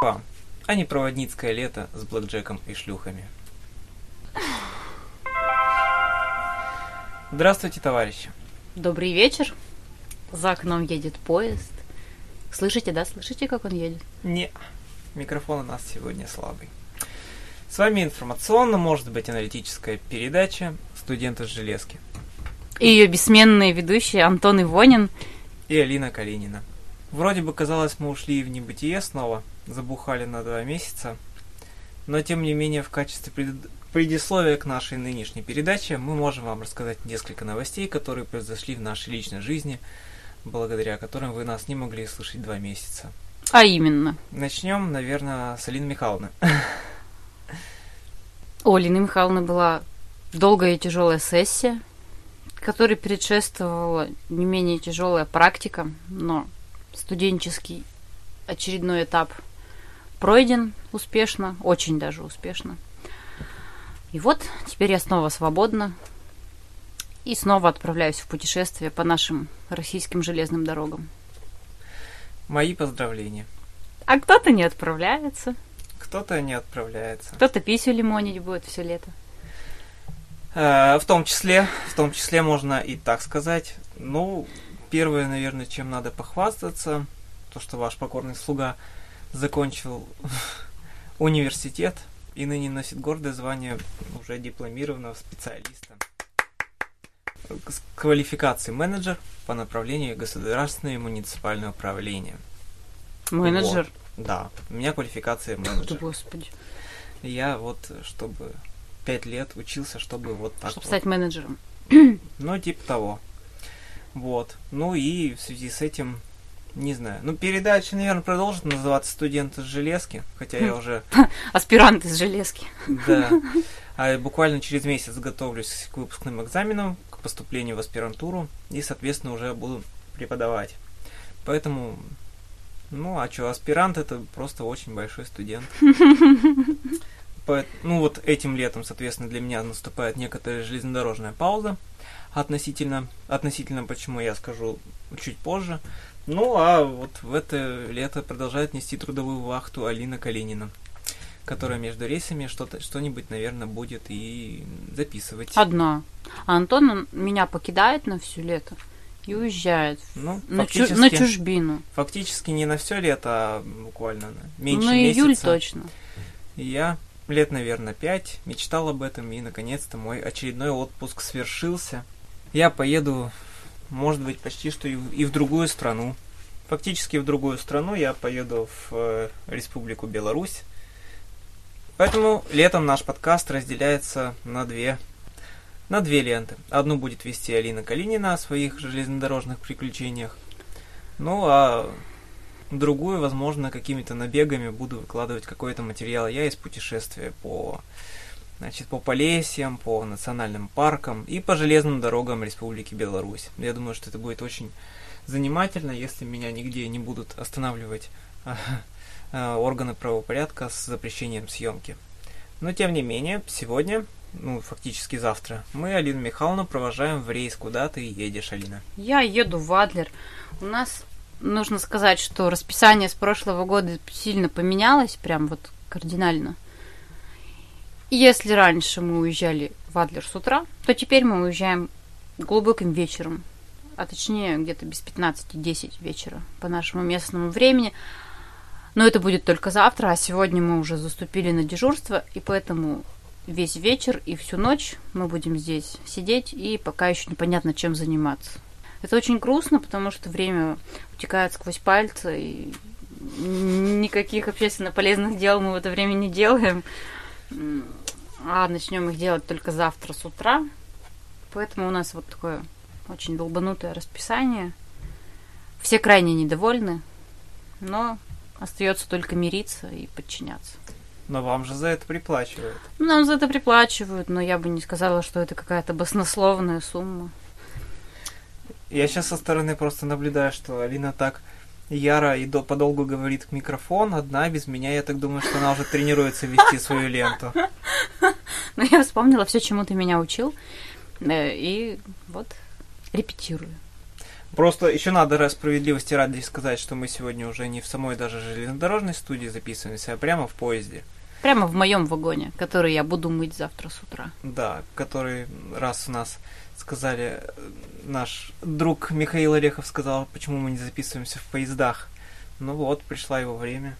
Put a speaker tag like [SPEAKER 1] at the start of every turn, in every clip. [SPEAKER 1] Па, а не проводницкое лето с блэкджеком и шлюхами. Здравствуйте, товарищи.
[SPEAKER 2] Добрый вечер. За окном едет поезд. Слышите, да? Слышите, как он едет?
[SPEAKER 1] Не, микрофон у нас сегодня слабый. С вами информационно, может быть, аналитическая передача «Студенты с железки»
[SPEAKER 2] И ее бессменные ведущие Антон Ивонин.
[SPEAKER 1] и Алина Калинина. Вроде бы, казалось, мы ушли в небытие снова, забухали на два месяца, но тем не менее в качестве пред- предисловия к нашей нынешней передаче мы можем вам рассказать несколько новостей, которые произошли в нашей личной жизни, благодаря которым вы нас не могли слышать два месяца.
[SPEAKER 2] А именно,
[SPEAKER 1] Начнем, наверное, с Алины Михайловны.
[SPEAKER 2] у Алины Михайловны была долгая и тяжелая сессия, которой предшествовала не менее тяжелая практика, но студенческий очередной этап пройден успешно, очень даже успешно. И вот теперь я снова свободна и снова отправляюсь в путешествие по нашим российским железным дорогам.
[SPEAKER 1] Мои поздравления.
[SPEAKER 2] А кто-то не отправляется,
[SPEAKER 1] Кто-то не отправляется.
[SPEAKER 2] кто-то писю лимонить будет все лето.
[SPEAKER 1] Э, В том числе, в том числе можно и так сказать. Ну, первое, наверное, чем надо похвастаться, то, что ваш покорный слуга закончил университет и ныне носит гордое звание уже дипломированного специалиста с квалификацией менеджер по направлению государственное и муниципальное управление.
[SPEAKER 2] Менеджер.
[SPEAKER 1] Да, у меня квалификация менеджер.
[SPEAKER 2] господи.
[SPEAKER 1] Я вот, чтобы пять лет учился, чтобы вот так
[SPEAKER 2] Чтобы
[SPEAKER 1] вот.
[SPEAKER 2] стать менеджером.
[SPEAKER 1] Ну, типа того. Вот. Ну и в связи с этим, не знаю. Ну, передача, наверное, продолжит называться «Студенты с железки», хотя я уже,
[SPEAKER 2] Аспирант из железки.
[SPEAKER 1] да, а я буквально через месяц готовлюсь к выпускным экзаменам, к поступлению в аспирантуру, и, соответственно, уже буду преподавать. Поэтому, ну, а что, аспирант – это просто очень большой студент. Поэт- ну вот этим летом, соответственно, для меня наступает некоторая железнодорожная пауза относительно, относительно почему я скажу чуть позже. Ну а вот в это лето продолжает нести трудовую вахту Алина Калинина, которая между рейсами что-то, что-нибудь, наверное, будет и записывать.
[SPEAKER 2] Одна. А Антон он меня покидает на всю лето и уезжает
[SPEAKER 1] Ну,
[SPEAKER 2] на, чу-
[SPEAKER 1] фактически,
[SPEAKER 2] на чужбину.
[SPEAKER 1] фактически не на все лето, а буквально на меньше
[SPEAKER 2] ну,
[SPEAKER 1] месяца.
[SPEAKER 2] июль точно.
[SPEAKER 1] И Я лет, наверное, пять мечтал об этом, и наконец-то мой очередной отпуск свершился. Я поеду, может быть, почти что и в, и в другую страну. Фактически в другую страну я поеду в э, Республику Беларусь. Поэтому летом наш подкаст разделяется на две на две ленты. Одну будет вести Алина Калинина о своих железнодорожных приключениях. Ну а другую, возможно, какими-то набегами буду выкладывать какой-то материал я из путешествия по значит, по Полесьям, по национальным паркам и по железным дорогам Республики Беларусь. Я думаю, что это будет очень занимательно, если меня нигде не будут останавливать э, э, органы правопорядка с запрещением съемки. Но, тем не менее, сегодня, ну, фактически завтра, мы Алину Михайловну провожаем в рейс. Куда ты едешь, Алина?
[SPEAKER 2] Я еду в Адлер. У нас нужно сказать, что расписание с прошлого года сильно поменялось, прям вот кардинально. И Если раньше мы уезжали в Адлер с утра, то теперь мы уезжаем глубоким вечером, а точнее где-то без 15-10 вечера по нашему местному времени. Но это будет только завтра, а сегодня мы уже заступили на дежурство, и поэтому весь вечер и всю ночь мы будем здесь сидеть и пока еще непонятно чем заниматься. Это очень грустно, потому что время утекает сквозь пальцы, и никаких общественно полезных дел мы в это время не делаем. М, А начнем их делать только завтра с утра. Поэтому у нас вот такое очень долбанутое расписание. Все крайне недовольны, но остается только мириться и подчиняться.
[SPEAKER 1] Но вам же за это приплачивают.
[SPEAKER 2] Ну, Нам за это приплачивают, но я бы не сказала, что это какая-то баснословная сумма.
[SPEAKER 1] Я сейчас со стороны просто наблюдаю, что Алина так яро и до, подолгу говорит к микрофон, одна а без меня, я так думаю, что она уже тренируется вести свою ленту.
[SPEAKER 2] Но я вспомнила все, чему ты меня учил, э, и вот репетирую.
[SPEAKER 1] Просто еще надо раз справедливости ради сказать, что мы сегодня уже не в самой даже железнодорожной студии записываемся, а прямо в поезде.
[SPEAKER 2] Прямо в моем вагоне, который я буду мыть завтра с утра.
[SPEAKER 1] Да, который раз у нас сказали, э, наш друг Михаил Орехов сказал, почему мы не записываемся в поездах. Ну вот, пришла его время.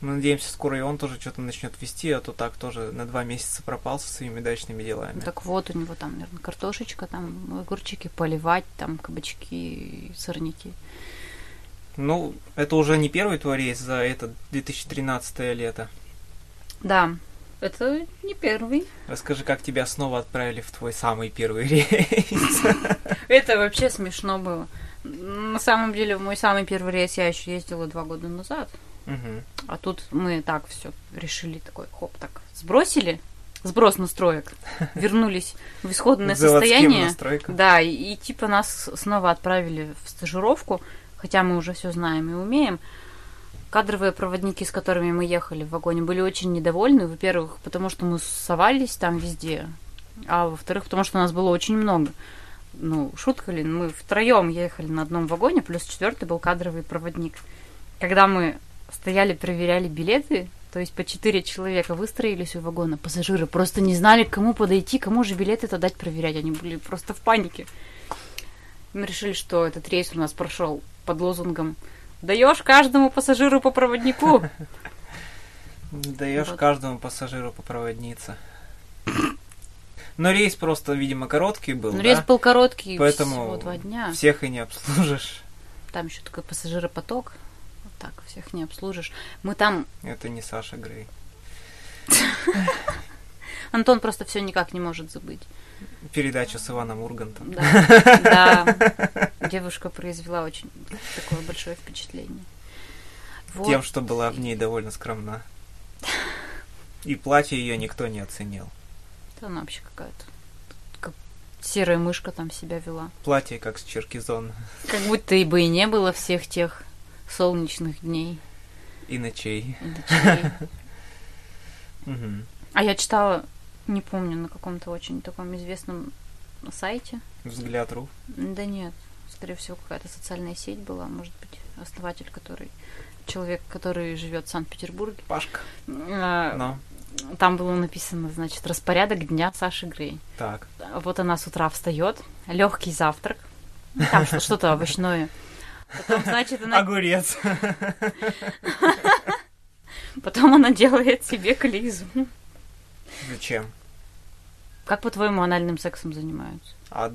[SPEAKER 1] Мы надеемся, скоро и он тоже что-то начнет вести, а то так тоже на два месяца пропал со своими дачными делами.
[SPEAKER 2] Ну, Так вот, у него там, наверное, картошечка, там огурчики поливать, там кабачки, сорняки.
[SPEAKER 1] Ну, это уже не первый твой рейс за это 2013 лето.
[SPEAKER 2] Да, это не первый.
[SPEAKER 1] Расскажи, как тебя снова отправили в твой самый первый рейс.
[SPEAKER 2] Это вообще смешно было. На самом деле, в мой самый первый рейс я еще ездила два года назад.
[SPEAKER 1] Мгм.
[SPEAKER 2] А тут мы так все решили, такой хоп, так сбросили, сброс настроек, вернулись в исходное
[SPEAKER 1] К заводским
[SPEAKER 2] состояние.
[SPEAKER 1] настройкам.
[SPEAKER 2] Да, и, и типа нас снова отправили в стажировку, хотя мы уже все знаем и умеем. Кадровые проводники, с которыми мы ехали в вагоне, были очень недовольны, во-первых, потому что мы совались там везде, а во-вторых, потому что нас было очень много. Ну, шутка ли, мы втроем ехали на одном вагоне, плюс четвертый был кадровый проводник. Когда мы стояли, проверяли билеты, то есть по четыре человека выстроились у вагона, пассажиры просто не знали, к кому подойти, кому же билеты это дать проверять. Они были просто в панике. Мы решили, что этот рейс у нас прошел под лозунгом «Даешь каждому пассажиру по проводнику».
[SPEAKER 1] Даешь
[SPEAKER 2] Вот.
[SPEAKER 1] каждому пассажиру по проводнице. Но рейс просто, видимо, короткий был,
[SPEAKER 2] Но
[SPEAKER 1] да?
[SPEAKER 2] Ну, рейс был короткий,
[SPEAKER 1] Поэтому
[SPEAKER 2] всего два дня.
[SPEAKER 1] Всех и не обслужишь.
[SPEAKER 2] Там еще такой пассажиропоток. Вот так, всех не обслужишь. Мы там...
[SPEAKER 1] Это не Саша Грей.
[SPEAKER 2] Антон просто все никак не может забыть.
[SPEAKER 1] Передача с Иваном Ургантом.
[SPEAKER 2] Да, да. Девушка произвела очень такое большое впечатление. Вот.
[SPEAKER 1] Тем, что была в ней довольно скромна. И платье ее никто не оценил.
[SPEAKER 2] Да она вообще какая-то как серая мышка там себя вела.
[SPEAKER 1] Платье как с Черкизона
[SPEAKER 2] Как будто и бы и не было всех тех солнечных дней
[SPEAKER 1] и ночей.
[SPEAKER 2] и ночей.
[SPEAKER 1] Мгм.
[SPEAKER 2] А я читала, не помню, на каком-то очень таком известном сайте.
[SPEAKER 1] Взгляд ру.
[SPEAKER 2] Да нет, скорее всего, какая-то социальная сеть была, может быть, основатель, который человек, который живет в Санкт-Петербурге.
[SPEAKER 1] Пашка.
[SPEAKER 2] А,
[SPEAKER 1] Но.
[SPEAKER 2] Там было написано, значит, распорядок дня Саши Грей.
[SPEAKER 1] Так.
[SPEAKER 2] Вот она с утра встает, легкий завтрак, ну, там что- что-то овощное. Потом, значит, она,
[SPEAKER 1] Огурец.
[SPEAKER 2] потом она делает себе клизму.
[SPEAKER 1] Зачем?
[SPEAKER 2] Как по-твоему анальным сексом занимаются?
[SPEAKER 1] А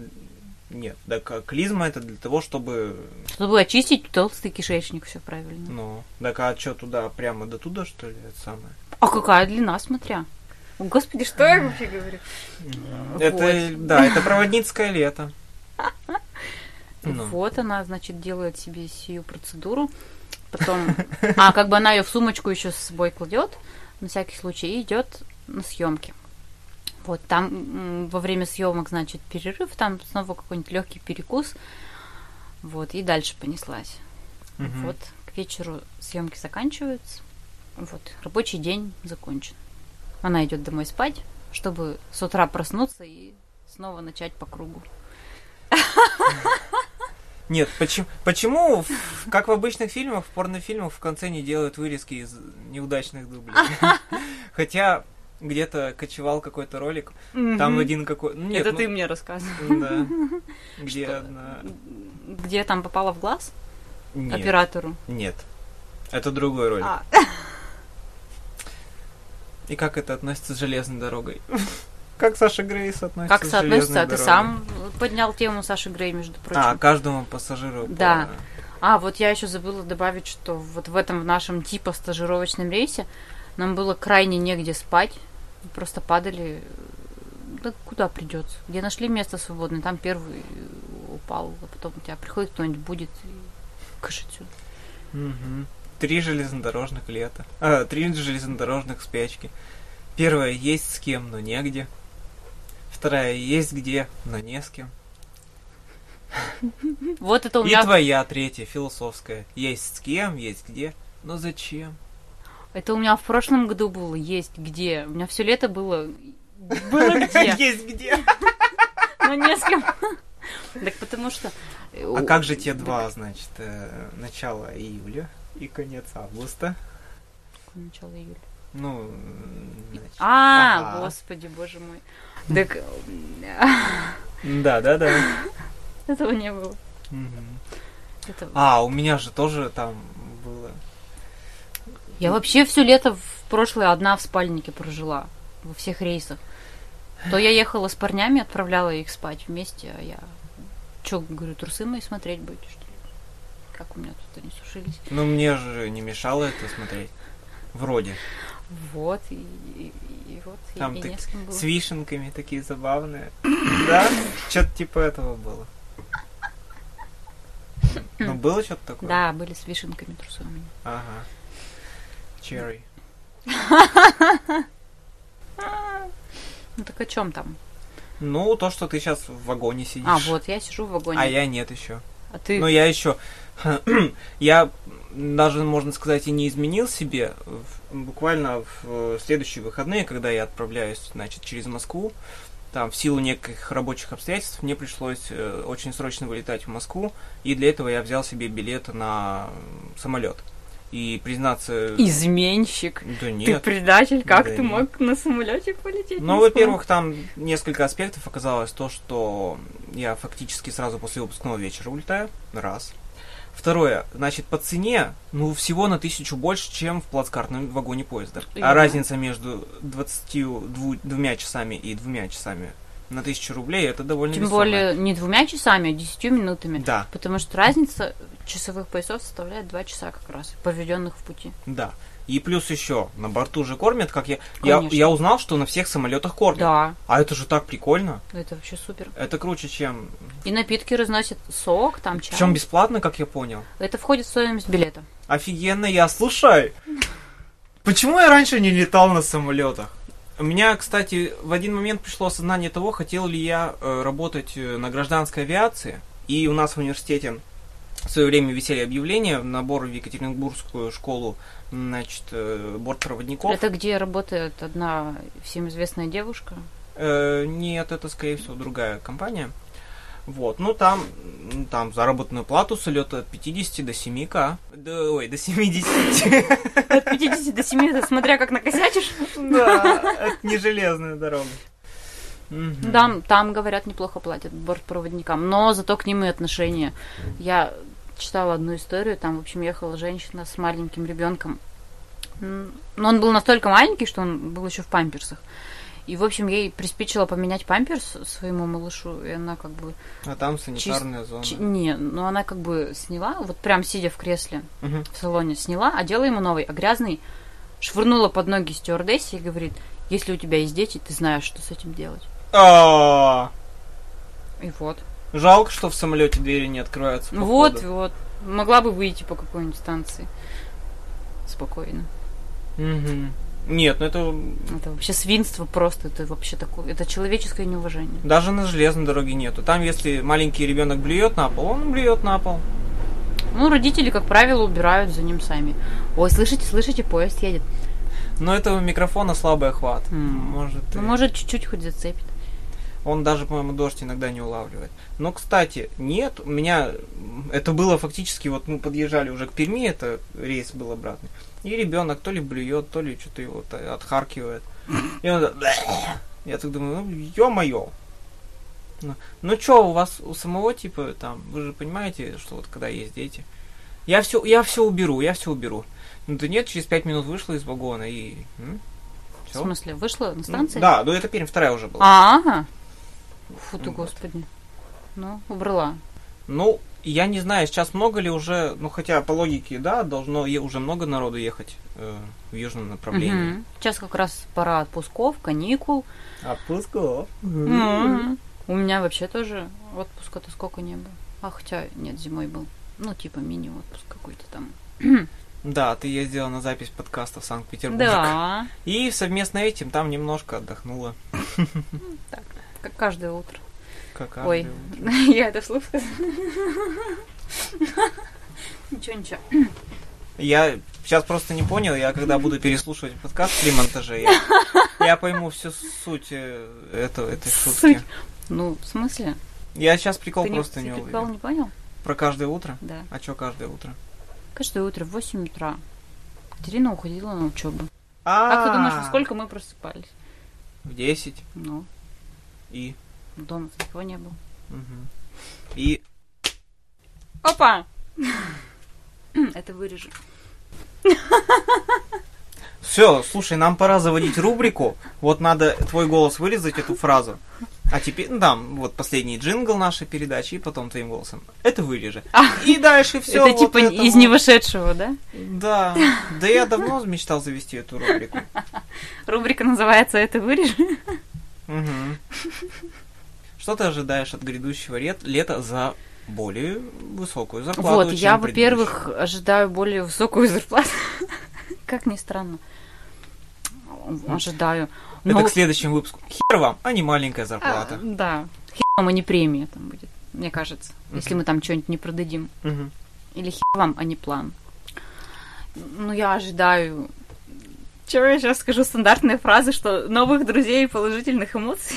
[SPEAKER 1] нет, да к- клизма это для того, чтобы
[SPEAKER 2] Чтобы очистить толстый кишечник, все правильно.
[SPEAKER 1] Ну, так а что туда, прямо до туда, что ли, это самое?
[SPEAKER 2] А какая длина, смотря. О, Господи, что я вообще говорю? Э,
[SPEAKER 1] Это, да, это проводницкое лето. Ну,
[SPEAKER 2] Вот она, значит, делает себе сию процедуру. Потом, а как бы она ее в сумочку еще с собой кладет, на всякий случай, и идет на съемки. Вот там м, во время съемок, значит, перерыв, там снова какой-нибудь легкий перекус. Вот, и дальше понеслась.
[SPEAKER 1] мгм.
[SPEAKER 2] Вот, к вечеру съемки заканчиваются. Вот, рабочий день закончен. Она идет домой спать, чтобы с утра проснуться и снова начать по кругу.
[SPEAKER 1] Нет, почему, почему, в- как в обычных фильмах, в порнофильмах в конце не делают вырезки из неудачных дублей? Хотя где-то кочевал какой-то ролик, там один какой... ну, нет,
[SPEAKER 2] Это
[SPEAKER 1] ну,
[SPEAKER 2] ты мне рассказывал.
[SPEAKER 1] Да. Где одна...
[SPEAKER 2] Где там попала в глаз А
[SPEAKER 1] Нет,
[SPEAKER 2] оператору?
[SPEAKER 1] нет. Это другой ролик.
[SPEAKER 2] А,
[SPEAKER 1] И как это относится с железной дорогой? Как Саша Грейс относится
[SPEAKER 2] как
[SPEAKER 1] к железной
[SPEAKER 2] соотносится? А ты
[SPEAKER 1] дороге?
[SPEAKER 2] сам поднял тему Саши Грей, между
[SPEAKER 1] А,
[SPEAKER 2] прочим.
[SPEAKER 1] каждому пассажиру. по-
[SPEAKER 2] Да. А, вот я еще забыла добавить, что вот в этом в нашем типа стажировочном рейсе нам было крайне негде спать. Мы Просто падали. Да куда придется? Где нашли место свободное, там первый упал. А потом у тебя приходит кто-нибудь, будет и кыш отсюда.
[SPEAKER 1] Мгм. Три железнодорожных лета. А, три железнодорожных спячки. Первая есть с кем, но негде. Вторая есть где, но не с кем.
[SPEAKER 2] Вот это у
[SPEAKER 1] И
[SPEAKER 2] меня
[SPEAKER 1] твоя третья, философская. Есть с кем, есть где, но зачем?
[SPEAKER 2] Это у меня в прошлом году было есть где. У меня все лето было. Было где.
[SPEAKER 1] Есть где.
[SPEAKER 2] Ну, Но не с кем. Так потому что э,
[SPEAKER 1] А как же те два, значит, э, начало июля и конец августа?
[SPEAKER 2] Начало июля.
[SPEAKER 1] Ну, м, значит,
[SPEAKER 2] А,
[SPEAKER 1] Ага.
[SPEAKER 2] господи, боже мой. Так э,
[SPEAKER 1] да, да, да.
[SPEAKER 2] этого не было.
[SPEAKER 1] Мгм.
[SPEAKER 2] Это-
[SPEAKER 1] А, у меня же тоже там было.
[SPEAKER 2] Я вообще все лето в прошлое одна в спальнике прожила. Во всех рейсах. То я ехала с парнями, отправляла их спать вместе, а я... Че, говорю, трусы мои смотреть будете, что ли? Как у меня тут они сушились.
[SPEAKER 1] Ну, мне же не мешало это смотреть. Вроде.
[SPEAKER 2] Вот, и, и- и вот, и-
[SPEAKER 1] Там
[SPEAKER 2] и
[SPEAKER 1] ты
[SPEAKER 2] не с кем было.
[SPEAKER 1] С вишенками такие забавные. Да? Что-то типа этого было. Ну, было что-то такое?
[SPEAKER 2] Да, были с вишенками трусы у меня.
[SPEAKER 1] Ага. Черри.
[SPEAKER 2] Ну так о чем там?
[SPEAKER 1] Ну, то, что ты сейчас в вагоне сидишь.
[SPEAKER 2] А, вот, я сижу в вагоне.
[SPEAKER 1] А я нет еще.
[SPEAKER 2] А ты...
[SPEAKER 1] Но Ну, я еще... я даже, можно сказать, и не изменил себе. В- Буквально в э, следующие выходные, когда я отправляюсь, значит, через Москву, там, в силу неких рабочих обстоятельств, мне пришлось э, очень срочно вылетать в Москву, и для этого я взял себе билет на м, самолет. И, признаться...
[SPEAKER 2] Изменщик.
[SPEAKER 1] Да
[SPEAKER 2] Ты
[SPEAKER 1] нет.
[SPEAKER 2] предатель, как
[SPEAKER 1] Да
[SPEAKER 2] ты
[SPEAKER 1] нет.
[SPEAKER 2] мог на самолете полететь?
[SPEAKER 1] Ну,
[SPEAKER 2] Не
[SPEAKER 1] во-первых, там несколько аспектов оказалось то, что я фактически сразу после выпускного вечера улетаю. Раз. Второе, значит, по цене, ну, всего на тысячу больше, чем в плацкартном вагоне поезда.
[SPEAKER 2] Именно.
[SPEAKER 1] А разница между 22 двумя часами и двумя часами на тысячу рублей, это
[SPEAKER 2] смог.
[SPEAKER 1] довольно
[SPEAKER 2] Тем
[SPEAKER 1] весомо.
[SPEAKER 2] более не двумя часами, а десятью минутами.
[SPEAKER 1] Да,
[SPEAKER 2] Потому что разница часовых поясов составляет два часа как раз, проведенных в пути.
[SPEAKER 1] да. И плюс еще, на борту же кормят, как я... Я,
[SPEAKER 2] Конечно.
[SPEAKER 1] я узнал, что на всех самолетах кормят.
[SPEAKER 2] Да,
[SPEAKER 1] А это же так прикольно.
[SPEAKER 2] это вообще супер.
[SPEAKER 1] Это круче, чем...
[SPEAKER 2] И напитки разносят сок, там чай.
[SPEAKER 1] Причем бесплатно, как я понял.
[SPEAKER 2] Это входит в стоимость билета.
[SPEAKER 1] Офигенно, я слушай. Почему я раньше не летал на самолетах? У меня, кстати, в один момент пришло осознание того, хотел ли я э, работать э, на гражданской авиации. И у нас в университете в свое время висели объявления в набор в Екатеринбургскую школу значит, э, бортпроводников.
[SPEAKER 2] Это где работает одна всем известная девушка.
[SPEAKER 1] Э, нет, это, скорее всего, другая компания. Вот, ну там, м, там заработную плату с улета от 50 до 7к. Да, ой, до 70.
[SPEAKER 2] От 50 до 70, смотря как накосячишь.
[SPEAKER 1] Да, это не железная дорога. Мгм.
[SPEAKER 2] Там, там, говорят, неплохо платят бортпроводникам, но зато к ним и отношения. Я читала одну историю, там, в общем, ехала женщина с маленьким ребенком. М, Но он был настолько маленький, что он был еще в памперсах. И, в общем, ей приспичило поменять памперс своему малышу, и она как бы...
[SPEAKER 1] А там санитарная зона.
[SPEAKER 2] Чи- Не, но она как бы сняла, вот прям сидя в кресле
[SPEAKER 1] Мгм.
[SPEAKER 2] в салоне, сняла, одела ему новый, а грязный швырнула под ноги стюардессе и говорит, если у тебя есть дети, ты знаешь, что с этим делать.
[SPEAKER 1] А,
[SPEAKER 2] И вот.
[SPEAKER 1] Жалко, что в самолете двери не открываются. по
[SPEAKER 2] Ну Вот,
[SPEAKER 1] ходу.
[SPEAKER 2] вот. Могла бы выйти по какой-нибудь станции. Спокойно.
[SPEAKER 1] Мгм. Нет, ну это
[SPEAKER 2] Это вообще свинство просто. Это вообще такое. Это человеческое неуважение.
[SPEAKER 1] даже на железной дороге нету. Там, если маленький ребенок блюет на пол, он блюет на пол.
[SPEAKER 2] Ну, родители, как правило, убирают за ним сами. Ой, слышите, слышите, поезд едет.
[SPEAKER 1] Но этого микрофона слабый охват.
[SPEAKER 2] М.
[SPEAKER 1] Может, и-
[SPEAKER 2] Ну, может, чуть-чуть хоть зацепит.
[SPEAKER 1] Он даже, по-моему, дождь иногда не улавливает. Но, кстати, нет, у меня м, это было фактически, вот мы подъезжали уже к Перми, это рейс был обратный. И ребенок то ли блюет, то ли что-то его та- отхаркивает. И он так, «Блeh». Я так думаю, ну, ё-моё. Ну, ну чё, у вас у самого, типа, там, вы же понимаете, что вот когда есть дети. Я все, я все уберу, я все уберу. Ну да нет, через пять минут вышла из вагона и... м, всё.
[SPEAKER 2] В смысле, вышла на
[SPEAKER 1] Ну,
[SPEAKER 2] станции?
[SPEAKER 1] Да, ну это Пермь, вторая уже была.
[SPEAKER 2] А, ага. Фу ты,
[SPEAKER 1] Вот.
[SPEAKER 2] господи. Ну, убрала.
[SPEAKER 1] Ну, я не знаю, сейчас много ли уже, ну хотя по логике, да, должно е- уже много народу ехать э, в южном направлении.
[SPEAKER 2] Мгм. Сейчас как раз пора отпусков, каникул.
[SPEAKER 1] Отпусков.
[SPEAKER 2] Мгм. У меня вообще тоже отпуска-то сколько не было. А хотя, нет, зимой был. Ну, типа мини-отпуск какой-то там.
[SPEAKER 1] Да, ты ездила на запись подкаста в Санкт-Петербург.
[SPEAKER 2] Да,
[SPEAKER 1] И совместно этим там немножко отдохнула.
[SPEAKER 2] как каждое утро.
[SPEAKER 1] Как
[SPEAKER 2] Ой,
[SPEAKER 1] Андрю.
[SPEAKER 2] я это вслух сказала. Ничего, ничего.
[SPEAKER 1] Я сейчас просто не понял, я когда буду переслушивать подкаст при монтаже, я, я пойму всю суть э, этого, этой
[SPEAKER 2] Суть.
[SPEAKER 1] шутки.
[SPEAKER 2] Ну, в смысле?
[SPEAKER 1] Я сейчас прикол
[SPEAKER 2] Ты не-
[SPEAKER 1] просто
[SPEAKER 2] ты
[SPEAKER 1] не
[SPEAKER 2] прикол
[SPEAKER 1] уловил.
[SPEAKER 2] не понял?
[SPEAKER 1] Про каждое утро?
[SPEAKER 2] да.
[SPEAKER 1] А что каждое утро?
[SPEAKER 2] Каждое утро в 8 утра Катерина уходила на учебу.
[SPEAKER 1] А,
[SPEAKER 2] Как ты думаешь, во сколько мы просыпались?
[SPEAKER 1] В 10
[SPEAKER 2] Ну,
[SPEAKER 1] и...
[SPEAKER 2] дома никого не было.
[SPEAKER 1] Мгм. И...
[SPEAKER 2] Опа! Это вырежу.
[SPEAKER 1] Все, слушай, нам пора заводить рубрику. Вот надо твой голос вырезать, эту фразу. А теперь, ну, там, вот последний джингл нашей передачи, и потом твоим голосом. Это вырежи. И дальше все.
[SPEAKER 2] А. это типа из невышедшего, да?
[SPEAKER 1] Да. Да я давно мечтал завести эту рубрику.
[SPEAKER 2] Рубрика называется «Это вырежу».
[SPEAKER 1] Мгм. Что ты ожидаешь от грядущего рет- лета за более высокую зарплату?
[SPEAKER 2] Вот,
[SPEAKER 1] чем
[SPEAKER 2] я,
[SPEAKER 1] предыдущую?
[SPEAKER 2] во-первых, ожидаю более высокую зарплату. Как ни странно. Ожидаю.
[SPEAKER 1] Это
[SPEAKER 2] Но-
[SPEAKER 1] к следующему выпуску. Хер вам, а не маленькая
[SPEAKER 2] А,
[SPEAKER 1] зарплата.
[SPEAKER 2] Да. Хер вам, а не премия там будет, мне кажется. Если
[SPEAKER 1] Мгм.
[SPEAKER 2] мы там что-нибудь не продадим.
[SPEAKER 1] Мгм.
[SPEAKER 2] Или хер вам, а не план. Ну, я ожидаю... Чего я сейчас скажу стандартные фразы, что новых друзей и положительных эмоций?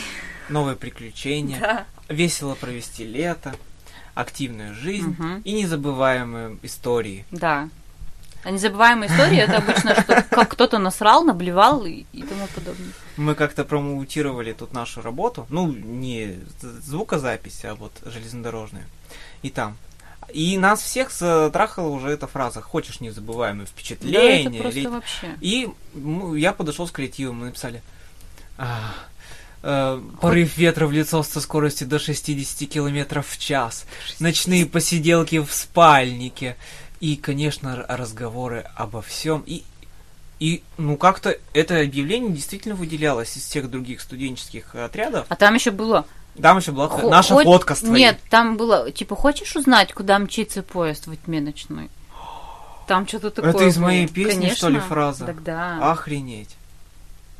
[SPEAKER 1] Новые приключения,
[SPEAKER 2] Да.
[SPEAKER 1] весело провести лето, активную жизнь
[SPEAKER 2] Мгм.
[SPEAKER 1] и незабываемые истории.
[SPEAKER 2] Да. А незабываемая история это обычно, что как кто-то насрал, наблевал и, и тому подобное.
[SPEAKER 1] Мы как-то промоутировали тут нашу работу, ну, не з- звукозапись, а вот железнодорожную. И там. И нас всех затрахала уже эта фраза «Хочешь незабываемое
[SPEAKER 2] да, это
[SPEAKER 1] впечатление?»
[SPEAKER 2] просто
[SPEAKER 1] лет-
[SPEAKER 2] вообще.
[SPEAKER 1] И ну, я подошел с коллективом, мы написали «А, э, «Порыв ветра в лицо со скоростью до 60 километров в час, ночные посиделки в спальнике и, конечно, р- разговоры обо всем». И, и ну, как-то это объявление действительно выделялось из всех других студенческих отрядов.
[SPEAKER 2] А там еще было.
[SPEAKER 1] Там еще была
[SPEAKER 2] хо-
[SPEAKER 1] наша
[SPEAKER 2] хоть-
[SPEAKER 1] фотка с твоей.
[SPEAKER 2] Нет, там было, типа, хочешь узнать, куда мчится поезд во тьме ночной? Там что-то такое.
[SPEAKER 1] из
[SPEAKER 2] было.
[SPEAKER 1] моей песни, что ли,
[SPEAKER 2] Конечно.
[SPEAKER 1] фраза?
[SPEAKER 2] Тогда.
[SPEAKER 1] Охренеть.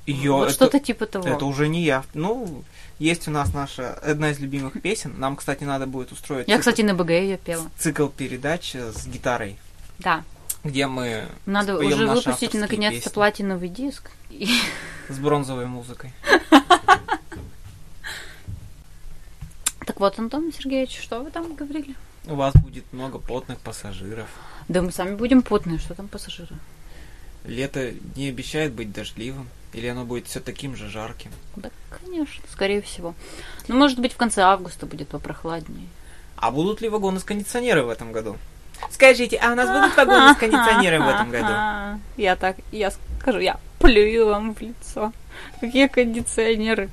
[SPEAKER 1] Её
[SPEAKER 2] А, Вот
[SPEAKER 1] это-
[SPEAKER 2] что-то типа того.
[SPEAKER 1] Это уже не я. Ну, есть у нас наша одна из любимых песен. Нам, кстати, надо будет устроить
[SPEAKER 2] Я,
[SPEAKER 1] цикл,
[SPEAKER 2] кстати, на БГ ее пела.
[SPEAKER 1] цикл передач э, с гитарой,
[SPEAKER 2] Да.
[SPEAKER 1] где мы
[SPEAKER 2] Надо
[SPEAKER 1] споем
[SPEAKER 2] уже
[SPEAKER 1] наши
[SPEAKER 2] выпустить
[SPEAKER 1] авторские
[SPEAKER 2] наконец-то
[SPEAKER 1] песни
[SPEAKER 2] платиновый диск. И
[SPEAKER 1] с бронзовой музыкой.
[SPEAKER 2] Так вот, Антон Сергеевич, что вы там говорили?
[SPEAKER 1] У вас будет много потных пассажиров.
[SPEAKER 2] Да мы сами будем потные, что там пассажиры?
[SPEAKER 1] Лето не обещает быть дождливым, или оно будет все таким же жарким.
[SPEAKER 2] Да, конечно, скорее всего. Ну, может быть, в конце августа будет попрохладнее.
[SPEAKER 1] А будут ли вагоны с кондиционером в этом году? Скажите, а у нас будут вагоны с кондиционером в этом году?
[SPEAKER 2] Я так, я скажу, я плюю вам в лицо. Какие кондиционеры.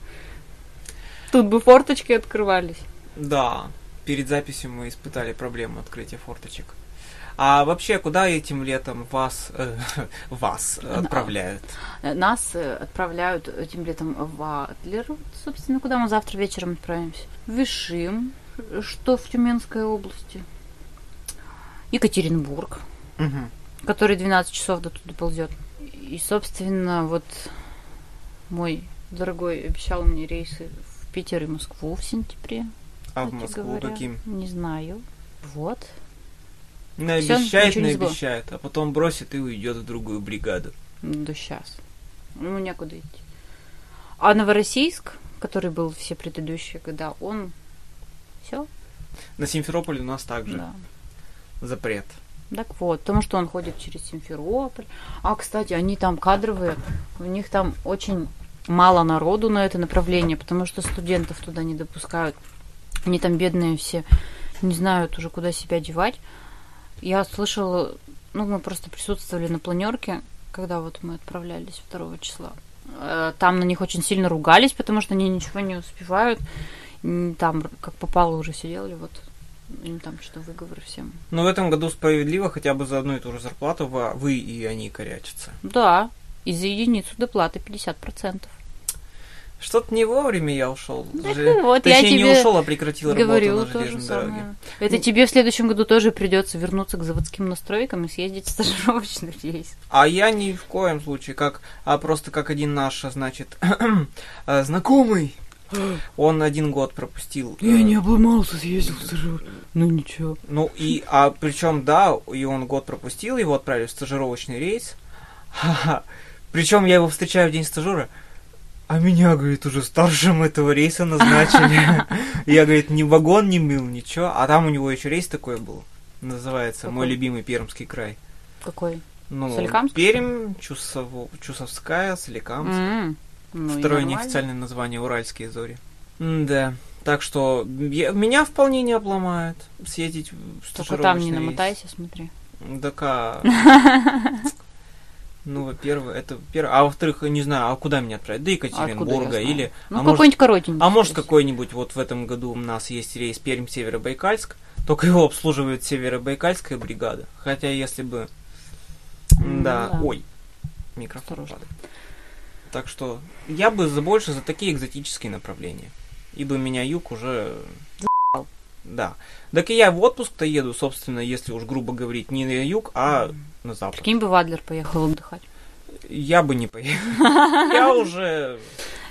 [SPEAKER 2] Тут бы форточки открывались.
[SPEAKER 1] Да, перед записью мы испытали проблему открытия форточек. А вообще, куда этим летом вас, э, вас
[SPEAKER 2] А,
[SPEAKER 1] э, отправляют?
[SPEAKER 2] Э, Нас э, отправляют этим летом в Адлер, вот, собственно, куда мы завтра вечером отправимся. Вишим, э, что в Тюменской области. Екатеринбург,
[SPEAKER 1] Мгм.
[SPEAKER 2] который 12 часов до туда ползет. И, собственно, вот мой дорогой обещал мне рейсы в Питер и Москву в сентябре.
[SPEAKER 1] А в
[SPEAKER 2] кстати
[SPEAKER 1] Москву
[SPEAKER 2] говоря.
[SPEAKER 1] каким?
[SPEAKER 2] Не знаю. Вот. Всё,
[SPEAKER 1] Наобещает,
[SPEAKER 2] ничего не забыла.
[SPEAKER 1] Ну, наобещает, а потом бросит и уйдет в другую бригаду.
[SPEAKER 2] До сейчас. Ему некуда идти. А Новороссийск, который был все предыдущие года, он все?
[SPEAKER 1] На Симферополь у нас также
[SPEAKER 2] Да.
[SPEAKER 1] запрет.
[SPEAKER 2] Так вот, потому что он ходит через Симферополь. А, кстати, они там кадровые, у них там очень мало народу на это направление, потому что студентов туда не допускают. Они там бедные все, не знают уже, куда себя девать. Я слышала, ну, мы просто присутствовали на планерке, когда вот мы отправлялись 2 числа. Э, Там на них очень сильно ругались, потому что они ничего не успевают. М, Там, как попало, уже сидели, вот им там что выговоры всем.
[SPEAKER 1] Но в этом году справедливо хотя бы за одну и ту же зарплату ва- вы и они корячатся.
[SPEAKER 2] Да, и за единицу доплаты 50%.
[SPEAKER 1] Что-то не вовремя я ушел.
[SPEAKER 2] Да хм,
[SPEAKER 1] Же-
[SPEAKER 2] Ну, вот, я
[SPEAKER 1] Э, Точнее, не
[SPEAKER 2] тебе
[SPEAKER 1] ушел, а прекратил
[SPEAKER 2] говорила
[SPEAKER 1] работу на
[SPEAKER 2] то же
[SPEAKER 1] железной дороге. Ну.
[SPEAKER 2] самое. Это тебе в следующем году тоже придется вернуться к заводским настройкам и съездить в стажировочный рейс.
[SPEAKER 1] А я ни в коем случае, как, а просто как один наш, а, значит, э, знакомый. Он один год пропустил. э,
[SPEAKER 2] обломался, съездил в стажировку. Ну ничего.
[SPEAKER 1] Ну и, а причем, да, и он год пропустил, его отправили в стажировочный рейс. Причем я его встречаю в день стажера. А меня, говорит, уже старшим этого рейса назначили. Я, говорит, ни вагон не мыл, ничего. А там у него еще рейс такой был. Называется «Мой
[SPEAKER 2] Какой?
[SPEAKER 1] любимый Пермский край».
[SPEAKER 2] Какой?
[SPEAKER 1] Ну,
[SPEAKER 2] Соликамск,
[SPEAKER 1] Пермь, Чусово- Чусовская, Соликамск.
[SPEAKER 2] М, ну и
[SPEAKER 1] Второе
[SPEAKER 2] нормально.
[SPEAKER 1] неофициальное название Уральские зори. Да. Так что я- меня вполне не обломает съездить в
[SPEAKER 2] Только там
[SPEAKER 1] стажировочный
[SPEAKER 2] не
[SPEAKER 1] рейс.
[SPEAKER 2] намотайся, смотри.
[SPEAKER 1] Да как? Ну, во-первых, это первое. А во-вторых, не знаю, а куда меня отправить? До
[SPEAKER 2] Откуда я
[SPEAKER 1] Екатеринбурга
[SPEAKER 2] знаю?
[SPEAKER 1] или...
[SPEAKER 2] Ну,
[SPEAKER 1] а может-
[SPEAKER 2] какой-нибудь коротенький.
[SPEAKER 1] А может
[SPEAKER 2] скорее
[SPEAKER 1] какой-нибудь, вот в этом году у нас есть рейс Пермь-Северобайкальск, только его обслуживает Северобайкальская бригада. Хотя если бы...
[SPEAKER 2] М,
[SPEAKER 1] Да,
[SPEAKER 2] да.
[SPEAKER 1] ой, микрофон
[SPEAKER 2] Осторожно.
[SPEAKER 1] падает. Так что я бы за больше за такие экзотические направления. Ибо меня юг уже...
[SPEAKER 2] За***л.
[SPEAKER 1] Да. Так и я в отпуск-то еду, собственно, если уж грубо говорить, не на юг, а
[SPEAKER 2] М.
[SPEAKER 1] на запад.
[SPEAKER 2] Прикинь бы, в Адлер поехал отдыхать.
[SPEAKER 1] Я бы не поехал. Я уже...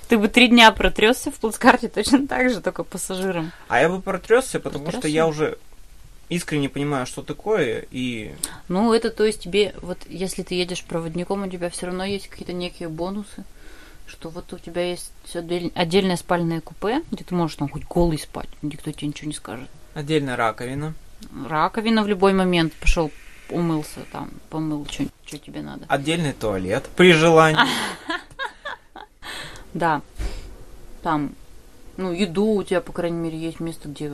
[SPEAKER 2] Ты бы три дня протрясся в плацкарте точно так же, только пассажиром.
[SPEAKER 1] А я бы протрясся, потому что
[SPEAKER 2] Протрёсся?
[SPEAKER 1] я уже искренне понимаю, что такое, и
[SPEAKER 2] Ну, это то есть тебе, вот если ты едешь проводником, у тебя все равно есть какие-то некие бонусы, что вот у тебя есть отдель- отдельное спальное купе, где ты можешь там хоть голый спать, никто тебе ничего не скажет.
[SPEAKER 1] отдельно раковина,
[SPEAKER 2] Раковина в любой момент пошел, умылся там, помыл, что, тебе надо.
[SPEAKER 1] отдельный туалет при желании.
[SPEAKER 2] Да, там, ну, еду у тебя, по крайней мере, есть место, где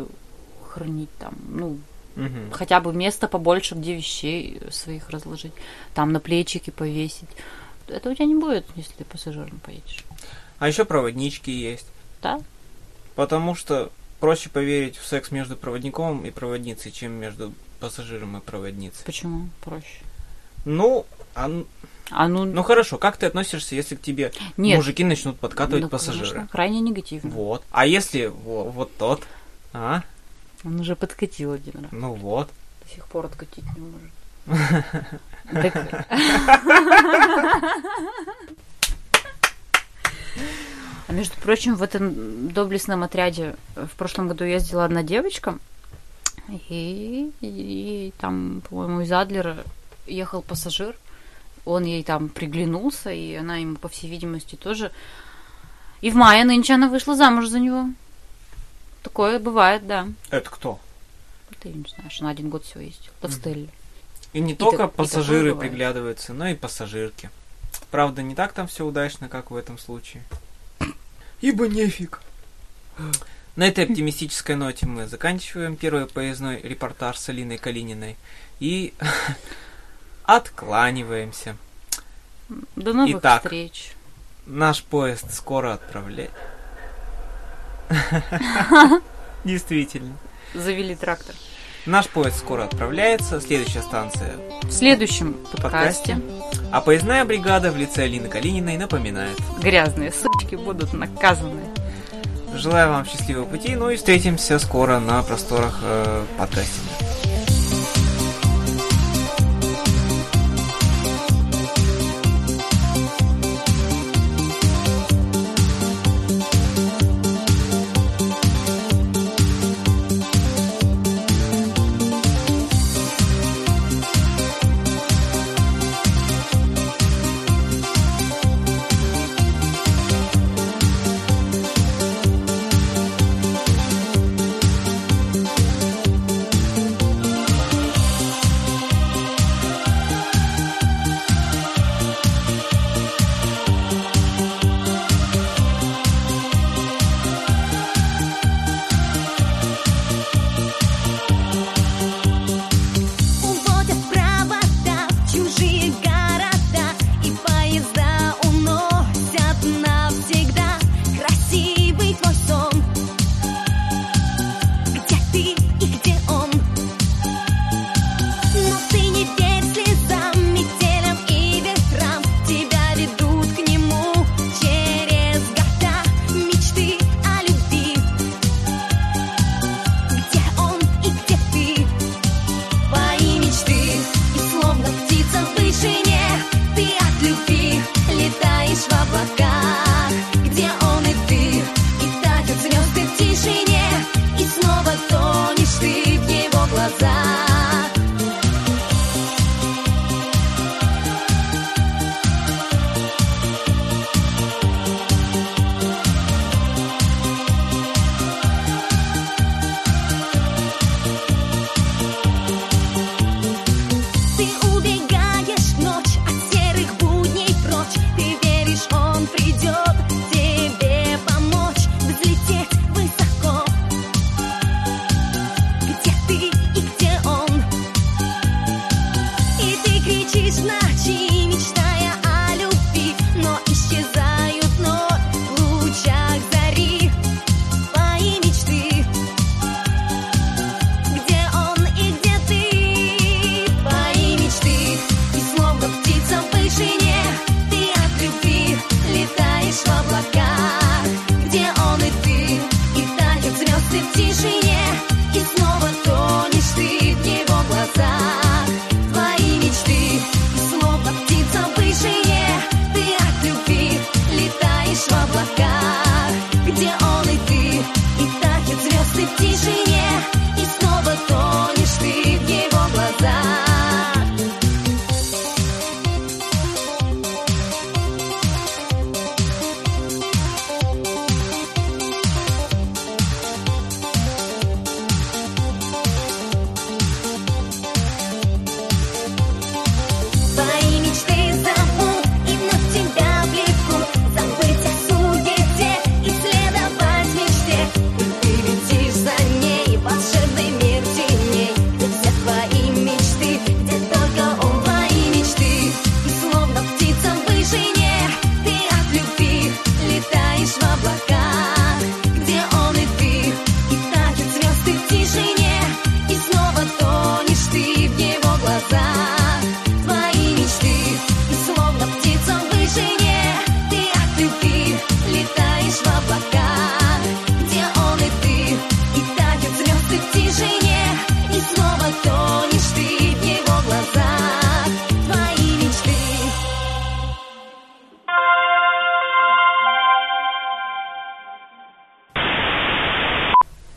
[SPEAKER 2] хранить там, ну,
[SPEAKER 1] Мгм.
[SPEAKER 2] хотя бы место побольше, где вещей своих разложить, там на плечики повесить. Это у тебя не будет, если ты пассажиром поедешь.
[SPEAKER 1] А еще проводнички есть.
[SPEAKER 2] Да?
[SPEAKER 1] Потому что проще поверить в секс между проводником и проводницей, чем между пассажиром и проводницей.
[SPEAKER 2] Почему проще?
[SPEAKER 1] Ну, а н-
[SPEAKER 2] А ну,
[SPEAKER 1] ну хорошо, как ты относишься, если к тебе
[SPEAKER 2] нет.
[SPEAKER 1] мужики начнут подкатывать
[SPEAKER 2] Ну,
[SPEAKER 1] пассажира?
[SPEAKER 2] конечно, крайне негативно.
[SPEAKER 1] Вот. А если во- вот тот? А?
[SPEAKER 2] Он уже подкатил один раз.
[SPEAKER 1] Ну вот.
[SPEAKER 2] До сих пор откатить не может. Так, А между прочим, в этом доблестном отряде э, в прошлом году ездила одна девочка, и, и там, по-моему, из Адлера ехал пассажир, он ей там приглянулся, и она ему, по всей видимости, тоже. И в мае нынче она вышла замуж за него. Такое бывает, да.
[SPEAKER 1] Это кто?
[SPEAKER 2] Ты не знаешь, она один год всего ездила. Да в
[SPEAKER 1] Мгм.
[SPEAKER 2] Стелле.
[SPEAKER 1] И не
[SPEAKER 2] И
[SPEAKER 1] только
[SPEAKER 2] так- и
[SPEAKER 1] пассажиры
[SPEAKER 2] такое бывает.
[SPEAKER 1] приглядываются, но и пассажирки. Правда, не так там все удачно, как в этом случае. Ибо нефиг. На этой оптимистической ноте мы заканчиваем первый поездной репортаж с Алиной Калининой и откланиваемся.
[SPEAKER 2] До новых
[SPEAKER 1] Итак.
[SPEAKER 2] встреч.
[SPEAKER 1] Наш поезд скоро отправляет. Действительно.
[SPEAKER 2] Завели трактор.
[SPEAKER 1] Наш поезд скоро отправляется. Следующая станция
[SPEAKER 2] В следующем
[SPEAKER 1] Подкасте.
[SPEAKER 2] подкасте,
[SPEAKER 1] А поездная бригада в лице Алины Калининой напоминает.
[SPEAKER 2] грязные сучки будут наказаны.
[SPEAKER 1] Желаю вам счастливого пути, ну и встретимся скоро на просторах э, подкастинга.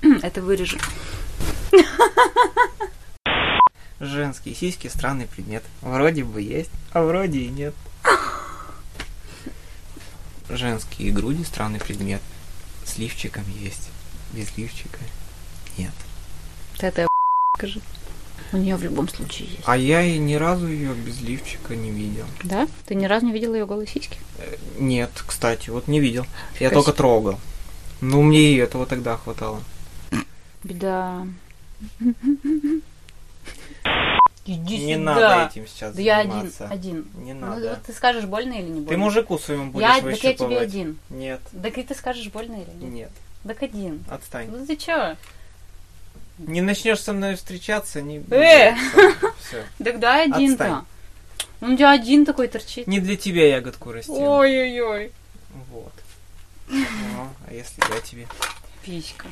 [SPEAKER 2] Хм, Это вырежу.
[SPEAKER 1] Женские сиськи – странный предмет. Вроде бы есть, а вроде и нет. Женские груди – странный предмет. С лифчиком есть, без лифчика нет.
[SPEAKER 2] Вот это я скажи. У нее в любом случае есть.
[SPEAKER 1] А я и ни разу ее без лифчика не видел.
[SPEAKER 2] Да? Ты ни разу не видела ее голые сиськи?
[SPEAKER 1] Нет, кстати, вот не видел. Я
[SPEAKER 2] Фига
[SPEAKER 1] только
[SPEAKER 2] себе.
[SPEAKER 1] трогал. Ну, мне и этого тогда хватало.
[SPEAKER 2] Беда. Иди
[SPEAKER 1] не надо этим сейчас
[SPEAKER 2] Да я один,
[SPEAKER 1] заниматься.
[SPEAKER 2] один.
[SPEAKER 1] Не
[SPEAKER 2] Ну,
[SPEAKER 1] надо.
[SPEAKER 2] вот ты скажешь, больно или не больно?
[SPEAKER 1] Ты мужику своему будешь
[SPEAKER 2] Я, так я
[SPEAKER 1] выщипывать.
[SPEAKER 2] тебе один.
[SPEAKER 1] Нет,
[SPEAKER 2] Так и ты скажешь, больно или нет?
[SPEAKER 1] нет,
[SPEAKER 2] Так один.
[SPEAKER 1] отстань.
[SPEAKER 2] Ну ты чё?
[SPEAKER 1] Не начнешь со мной встречаться, не...
[SPEAKER 2] Э!
[SPEAKER 1] Все.
[SPEAKER 2] Так да, один-то.
[SPEAKER 1] Отстань.
[SPEAKER 2] Он у тебя один такой торчит.
[SPEAKER 1] Не для тебя ягодку растил.
[SPEAKER 2] Ой-ой-ой.
[SPEAKER 1] Вот. Ну, а если я тебе?
[SPEAKER 2] Писька.